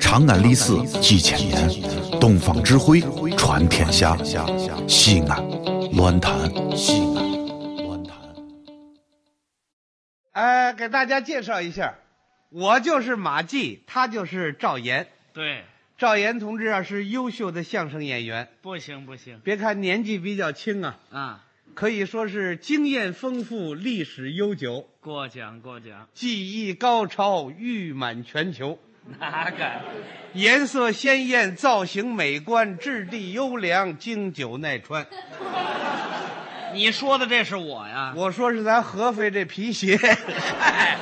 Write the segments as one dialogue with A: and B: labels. A: 长安历史几千年，东方智慧传天下。西安，乱谈西安，乱谈。
B: 哎，给大家介绍一下，我就是马季，他就是赵岩。
C: 对，
B: 赵岩同志啊，是优秀的相声演员。
C: 不行不行
B: 别看年纪比较轻啊，
C: 啊，
B: 可以说是经验丰富、历史悠久、
C: 过奖过奖，
B: 技艺高超、誉满全球，
C: 哪敢？
B: 颜色鲜艳、造型美观、质地优良、经久耐穿。
C: 你说的这是我呀？
B: 我说是咱合肥这皮鞋，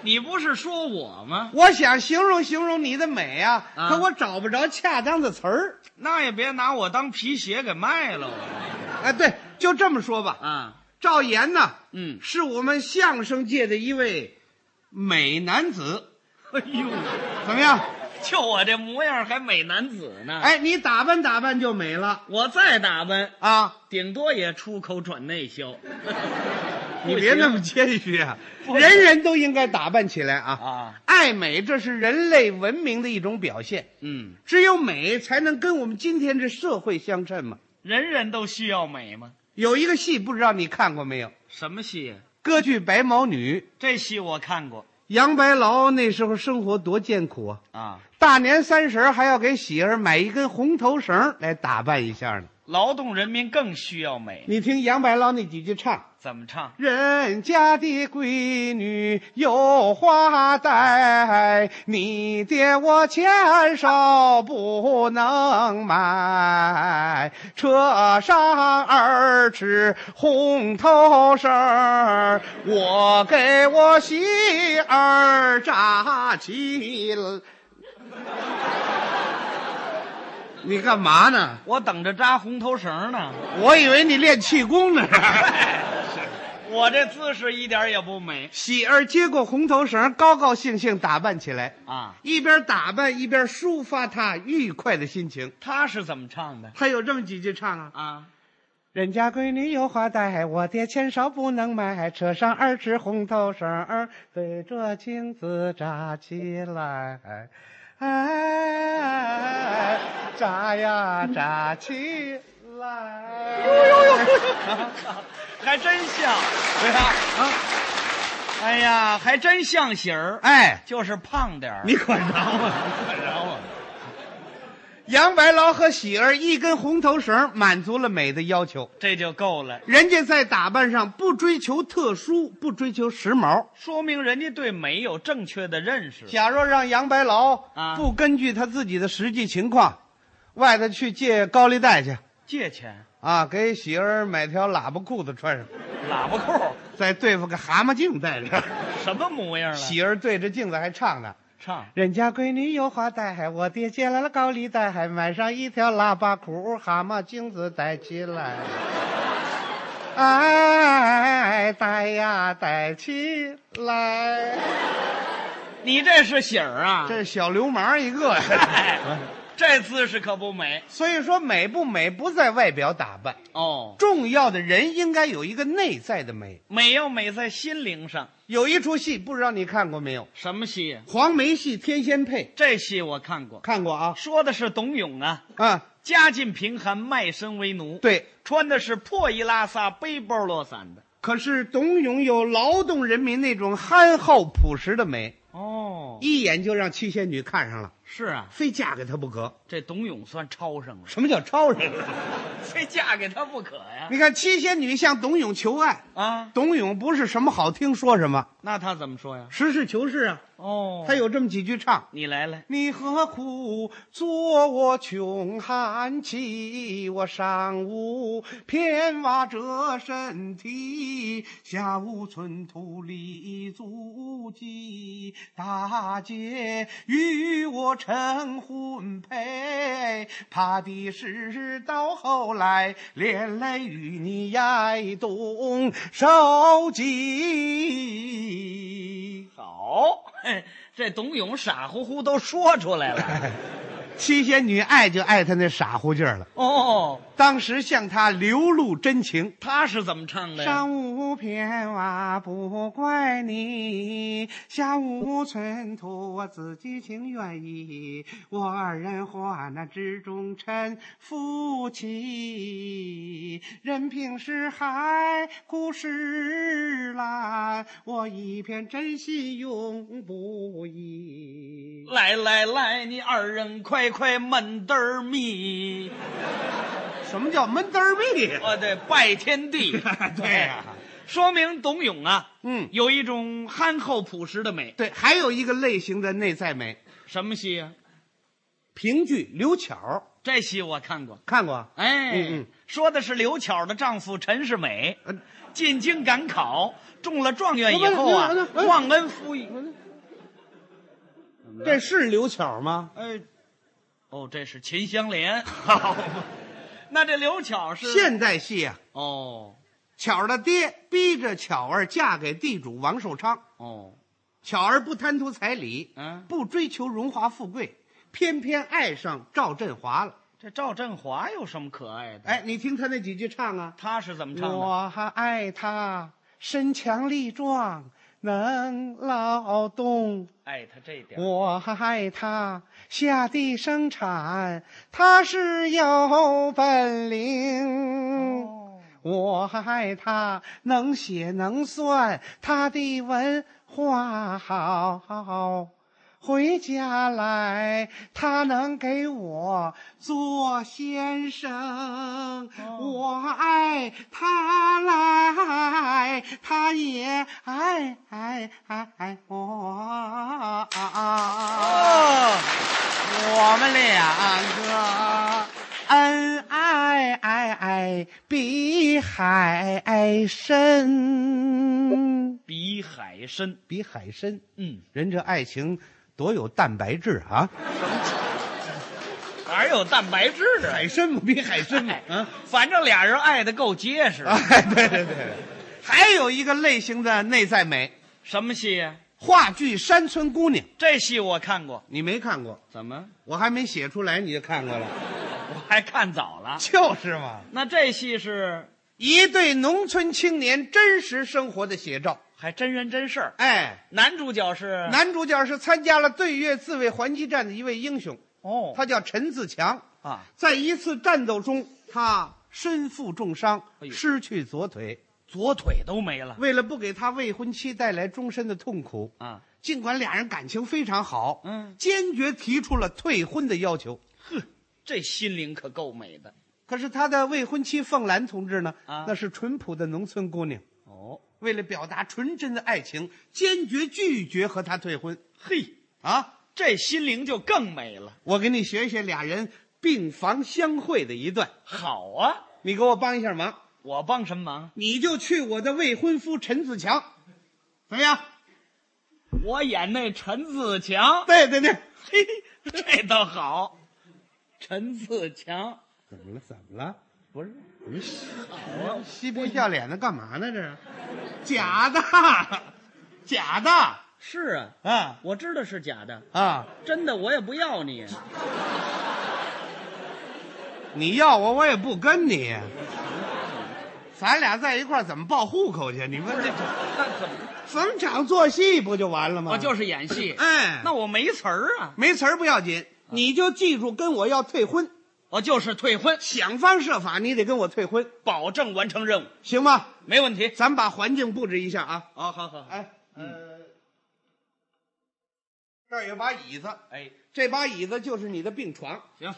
C: 你不是说我吗？
B: 我想形容形容你的美啊，
C: 啊
B: 可我找不着恰当的词儿。
C: 那也别拿我当皮鞋给卖了我
B: 哎，对，就这么说吧。
C: 啊！
B: 赵岩呢，
C: 嗯
B: 是我们相声界的一位美男子，
C: 哎呦，
B: 怎么样？
C: 就我这模样还美男子呢！，
B: 哎，你打扮打扮就美了
C: 我再打扮，
B: 啊！
C: 顶多也出口转内 销。
B: 你别那么谦虚啊，
C: 不行
B: 人人都应该打扮起来啊！
C: 啊，
B: 爱美这是人类文明的一种表现，
C: 嗯，
B: 只有美才能跟我们今天这社会相称嘛。
C: 人人都需要美吗？
B: 有一个戏不知道你看过没有？
C: 什么戏呀？
B: 歌剧《白毛女》，
C: 这戏我看过
B: 杨白劳那时候生活多艰苦啊！
C: 啊，
B: 大年三十儿还要给喜儿买一根红头绳儿来打扮一下呢。
C: 劳动人民更需要美。
B: 你听杨白劳那几句唱：
C: 怎么唱？
B: 人家的闺女有花戴，你的我钱少不能买，车上儿吃红头绳儿，我给我媳儿扎起了。你干嘛呢？
C: 我等着扎红头绳 呢。
B: 我以为你练气功 呢。
C: 我这姿势一点也不美
B: 喜儿接过红头绳，高高兴兴打扮起来，
C: 啊！
B: 一边打扮一边抒发她愉快的心情。
C: 他是怎么唱的
B: 她有这么几句唱啊：
C: 啊？
B: 人家闺女有花戴，我爹钱少不能买，扯上二尺红头绳儿，对着镜子扎起来。哎，扎呀扎起来！呦呦呦！
C: 还真像，对呀啊！哎呀，还真像喜儿，
B: 哎，
C: 就是胖点儿。
B: 你管着吗？
C: 可饶我！
B: 杨白劳和喜儿一根红头绳满足了美的要求，
C: 这就够了，
B: 人家在打扮上不追求特殊，不追求时髦。
C: 说明人家对美有正确的认识。
B: 假若让杨白劳
C: 啊
B: 不根据他自己的实际情况，外头去借高利贷去
C: 借钱，
B: 啊，给喜儿买条喇叭裤子穿上，
C: 喇叭裤，
B: 再对付个蛤蟆镜戴着，
C: 什么模样了？
B: 喜儿对着镜子还唱呢。
C: 唱
B: 人家闺女有花戴，我爹借来了高利贷，买上一条喇叭裤，蛤蟆镜子戴起来。哎，戴呀戴起来，
C: 你这是喜儿啊？
B: 这是小流氓一个呀！
C: 哎，这姿势可不美
B: 所以说，美不美不在外表打扮，
C: 哦。
B: 重要的人应该有一个内在的美。
C: 美要美在心灵上。
B: 有一出戏，不知道你看过没有？
C: 什么戏呀？
B: 黄梅戏《天仙配
C: 这戏我看过》，，
B: 看过啊？
C: 说的是董永啊，
B: 啊，
C: 家境贫寒，卖身为奴，，
B: 对。
C: 穿的是破衣拉撒、背包落伞的。
B: 可是董永有劳动人民那种憨厚朴实的美，
C: 哦，
B: 一眼就让七仙女看上了，
C: 是啊，
B: 非嫁给他不可。
C: 这董永算超上了，
B: 什么叫超人啊？
C: 非嫁给他不可呀！
B: 你看七仙女向董永求爱，
C: 啊，
B: 董永不是什么好听说什么，
C: 那他怎么说呀？
B: 实事求是啊。
C: 哦
B: 他有这么几句唱：
C: 你来来，
B: 你何苦做我穷寒妻？我上无片瓦遮身体，下无寸土立足迹。大姐与我成婚配，怕的是到后来连累与你挨冻受饥。
C: 好，嘿这董永傻乎乎都说出来了，
B: 七仙女爱就爱他那傻乎劲儿了，
C: 哦，
B: 当时向他流露真情。
C: 他是怎么唱的呀？
B: 上无片瓦不怪你，下无寸土我自己情愿意。我二人化那之中臣夫妻，任凭是海枯石烂，我一片真心永不移。
C: 来来来，你二人快快闷得儿蜜，
B: 什么叫闷滋儿逼？。
C: 哦，对，拜天地 哎
B: 对呀
C: 说明董永啊，
B: 嗯，
C: 有一种憨厚朴实的美。
B: 对，还有一个类型的内在美，
C: 什么戏呀、
B: 评剧刘巧
C: 这戏我看过。
B: 看过啊？
C: 哎，
B: 嗯嗯
C: 说的是刘巧的丈夫陈世美
B: 呃
C: 进京赶考，中了状元以后啊
B: 不是不是不，是
C: 忘恩负义。嗯
B: 这是刘巧吗？
C: 哎，哦，这是秦 香莲。好，那这刘巧是
B: 现代戏啊，
C: 哦
B: 巧儿的爹逼着巧儿嫁给地主王寿昌，
C: 哦，
B: 巧儿不贪图彩礼，
C: 嗯
B: 不追求荣华富贵，偏偏爱上赵振华了。
C: 这赵振华有什么可爱的？，
B: 哎，你听他那几句唱啊，
C: 他是怎么唱的？
B: 我还爱他身强力壮，能劳动。
C: 哎，他这点儿
B: 我还爱他下地生产，他是有本领。
C: 哦
B: 我还爱他能写能算，他的文化好。回家来，他能给我做先生，我爱他来，他也爱爱爱爱我。
C: 哦，
B: 我们
C: 啊
B: 两个恩爱爱爱比海深，
C: 比海深。
B: 比海深。
C: 嗯，
B: 人这爱情多有蛋白质啊！
C: 哪有蛋白质啊？
B: 海参嘛，比海参嘛
C: 哎
B: 啊！
C: 反正俩人爱的够结实。
B: 哎，对对对，还有一个类型的内在美，
C: 什么戏呀？
B: 话剧《山村姑娘》，
C: 这戏我看过。
B: 你没看过，
C: 怎么？
B: 我还没写出来你就看过了，
C: 我还看早了。
B: 就是嘛，
C: 那这戏是
B: 一对农村青年真实生活的写照。
C: 还真人真事儿。
B: 哎，
C: 男主角 是
B: 男主角是参加了对越自卫还击战的一位英雄，
C: 哦
B: 他叫陈自强。
C: 啊，
B: 在一次战斗中，他身负重伤，
C: 哎呦
B: 失去左腿。
C: 左腿都没了
B: 为了不给他未婚妻带来终身的痛苦，
C: 啊，
B: 尽管俩人感情非常好，
C: 嗯，
B: 坚决提出了退婚的要求。
C: 这心灵可够美的
B: 可是他的未婚妻凤兰同志呢，
C: 啊
B: 那是淳朴的农村姑娘，
C: 哦。
B: 为了表达纯真的爱情，坚决拒绝和他退婚。
C: 嘿，
B: 啊，
C: 这心灵就更美了。
B: 我给你学学俩人病房相会的一段，
C: 好啊，
B: 你给我帮一下忙，
C: 我帮什么忙？
B: 你就去我的未婚夫陈子强，怎么样？
C: 我演那陈自强。
B: 对对对，
C: 嘿， 这倒好。陈自强
B: 怎么了？怎么了？
C: 不是
B: 怎么嬉啊嬉皮笑脸的干嘛呢？这是假的，假的
C: 是啊，
B: 啊
C: 我知道是假的，
B: 啊！
C: 真的我也不要你。啊
B: 你要我，我也不跟你。咱俩在一块儿怎么报户口去？你问
C: 不是，
B: 这
C: 那怎么？
B: 逢场作戏不就完了吗？
C: 我哦就是演戏。
B: 哎，
C: 那我没词儿啊，
B: 没词儿不要紧，你就记住跟我要退婚，
C: 我就是退婚，
B: 想方设法你得跟我退婚，
C: 保证完成任务，
B: 行吗？
C: 没问题。
B: 咱把环境布置一下啊。
C: 啊、好好好，
B: 哎，呃，这儿有把椅子，
C: 哎，
B: 这把椅子就是你的病床，
C: 行，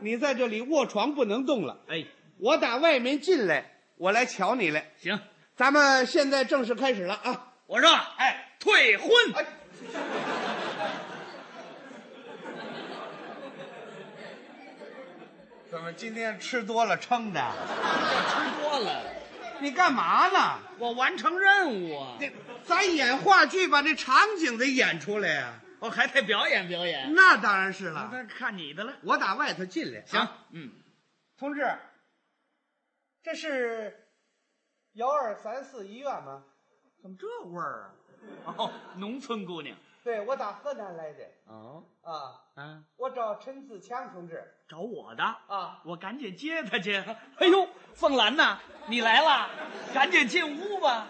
B: 你在这里卧床不能动了。
C: 哎，
B: 我打外面进来，我来瞧你来。
C: 行，
B: 咱们现在正式开始了啊！
C: 我说，哎，退婚，
B: 哎，怎么今天吃多了撑的？
C: 吃多了，
B: 你干嘛呢？
C: 我完成任务啊，
B: 这咱演话剧，把这场景得演出来呀、
C: 我还得表演表演。
B: 那当然是了。
C: 那看你的了，
B: 我打外头进来。
C: 行
B: 啊，
C: 嗯，
B: 同志，这是幺二三四医院吗？
C: 怎么这味儿啊？哦，农村姑娘，
B: 对我打河南来的
C: 哦，
B: 啊，
C: 啊，
B: 我找陈自强同志
C: 找我的
B: 啊，
C: 我赶紧接他去。哎呦，凤兰呐，你来了，赶紧进屋吧。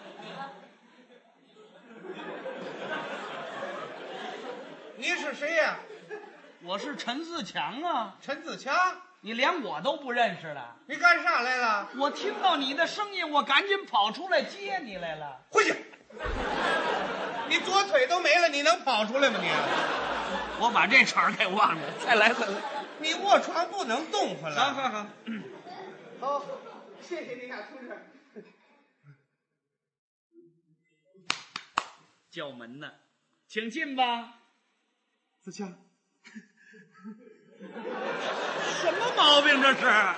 B: 你是谁呀、
C: 我是陈自强啊，
B: 陈自强，
C: 你连我都不认识了。
B: 你干啥来了？
C: 我听到你的声音，我赶紧跑出来接你来了。
B: 回去！ 你左腿都没了，你能跑出来吗你？
C: 我把这茬儿给忘了，再来再来。
B: 你卧床不能动回来。
C: 好，
B: 好，好，谢谢你啊，同志。
C: 叫门呢，请进吧。
B: 自 强，
C: 什么毛病这是？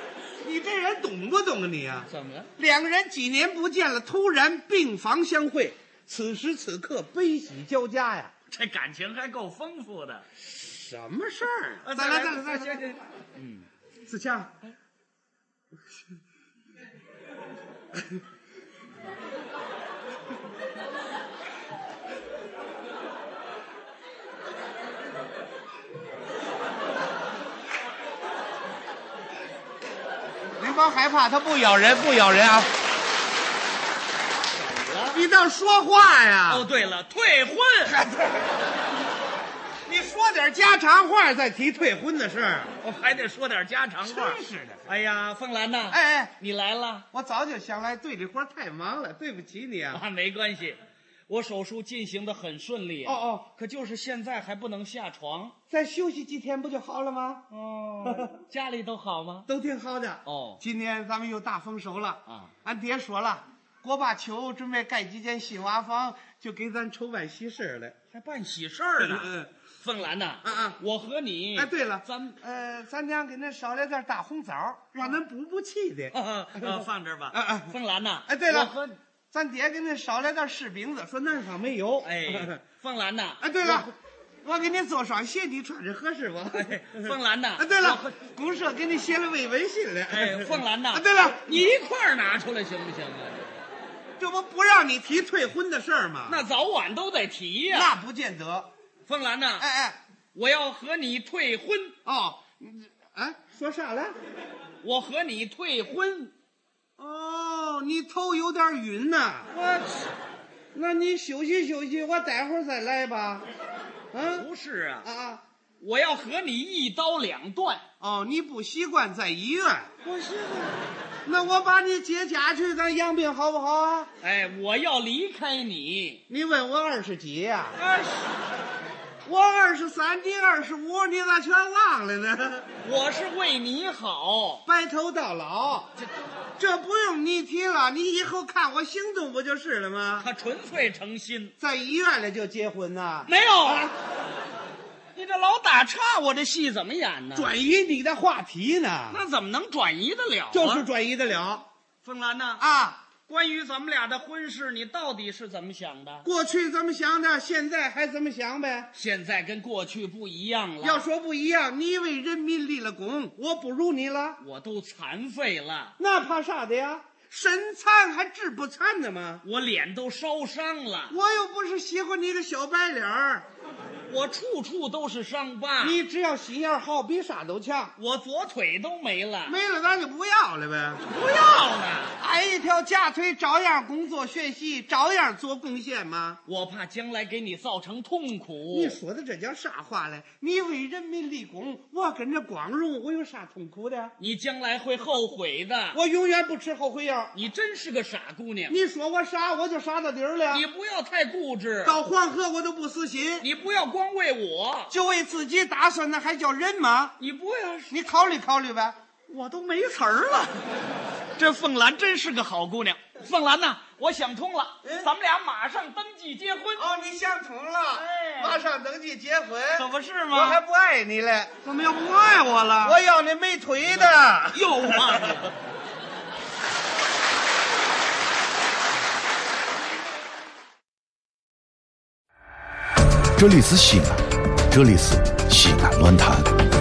B: 你这人懂不懂啊你啊？
C: 怎么了？
B: 两个人几年不见了，突然病房相会，此时此刻悲喜交加呀！
C: 这感情还够丰富的。
B: 什么事儿
C: 啊
B: 呃再来，再来，再来，
C: 行行行
B: 子 强，您甭害怕，它不咬人，不咬人啊！你倒说话呀！
C: 哦，对了，退婚。
B: 你说点家常话，再提退婚的事儿。
C: 我还得说点家常话。
B: 真是的
C: 哎呀，凤兰呐，
B: 哎哎，
C: 你来了
B: 我早就想来，对这活儿太忙了，对不起你啊。
C: 啊？没关系，我手术进行的很顺利。啊
B: 哦哦，
C: 可就是现在还不能下床。
B: 再休息几天不就好了吗？
C: 哦，家里都好吗？
B: 都挺好的。
C: 哦
B: 今年咱们又大丰收了
C: 啊！
B: 俺爹说了，国把球准备盖几间新瓦房，就给咱筹办喜事儿了。
C: 还办喜事儿呢。
B: 嗯嗯
C: 凤兰呐，
B: 嗯嗯
C: 我和你。
B: 哎，对了，
C: 咱们
B: 呃，咱娘给恁少来点大红枣，让恁补补气的。
C: 啊啊放这儿吧。
B: 嗯嗯
C: 凤兰呐，
B: 哎对了
C: 我和
B: 咱爹给恁少来点柿饼子，说那上没有。
C: 哎，凤兰呐，
B: 哎，对了，我给您做双鞋，你穿着合适不？
C: 哎凤兰呐
B: 啊，对
C: 我
B: 了
C: 和，
B: 公社给你写了慰问信了。
C: 哎，凤兰呐，
B: 啊，对了，
C: 你一块儿拿出来行不行啊？
B: 这不不让你提退婚的事儿吗？
C: 那早晚都得提呀。
B: 那不见得。
C: 凤兰呐，
B: 哎哎，
C: 我要和你退婚，
B: 哦，你哎，说啥来？
C: 我和你退婚。
B: 哦，你头有点晕呐。
C: 我
B: 那你休息休息，我待会儿再来吧。嗯
C: 不是啊，
B: 啊啊，
C: 我要和你一刀两断。
B: 哦，你不习惯在医院，
C: 不是，
B: 那我把你接家去，咱养病好不好啊？
C: 哎，我要离开你。
B: 你问我二十几呀、
C: 哎，
B: 我二十三，你二十五，你咋全忘了呢？
C: 我是为你好。
B: 白头到老，
C: 这
B: 这不用你提了，你以后看我行动不就是了吗？
C: 他纯粹诚心，
B: 在医院里就结婚呐、
C: 没有。
B: 啊
C: 你这老打岔，我这戏怎么演呢？
B: 转移你的话题呢，
C: 那怎么能转移得了啊、
B: 就是转移得了
C: 凤兰呐、
B: 啊。
C: 关于咱们俩的婚事，你到底是怎么想的？
B: 过去怎么想的，现在还怎么想呗。
C: 现在跟过去不一样了，
B: 要说不一样，你为人民立了功，我不如你了，
C: 我都残废了。
B: 那怕啥的呀？身残还志不残呢吗？
C: 我脸都烧伤了，
B: 我又不是喜欢你个小白脸儿，
C: 我处处都是伤疤，
B: 你只要心眼儿好，比啥都强。
C: 我左腿都没了，
B: 没了咱就不要了呗。
C: 不要了。
B: 挨一条假腿，照样工作学习，照样做贡献吗？
C: 我怕将来给你造成痛苦。
B: 你说的这叫啥话嘞？你为人民立功，我跟着光荣，我有啥痛苦的？
C: 你将来会后悔的。
B: 我永远不吃后悔药。
C: 你真是个傻姑娘，
B: 你说我傻，我就傻到底儿了。
C: 你不要太固执，
B: 到黄河我都不死心，
C: 你不要光为我，
B: 就为自己打算，那还叫人吗？
C: 你不要说，
B: 你考虑考虑呗。
C: 我都没词儿了。这凤兰真是个好姑娘，凤兰呐、我想通了，
B: 嗯
C: 咱们俩马上登记结婚，
B: 哦，你想通了，
C: 哎
B: 马上登记结婚，
C: 可不是
B: 我还
C: 吗？
B: 不爱你嘞，
C: 怎么又不爱我了
B: 我要那没腿的。
C: 又忘了。
A: 这里是西安，这里是西安论坛。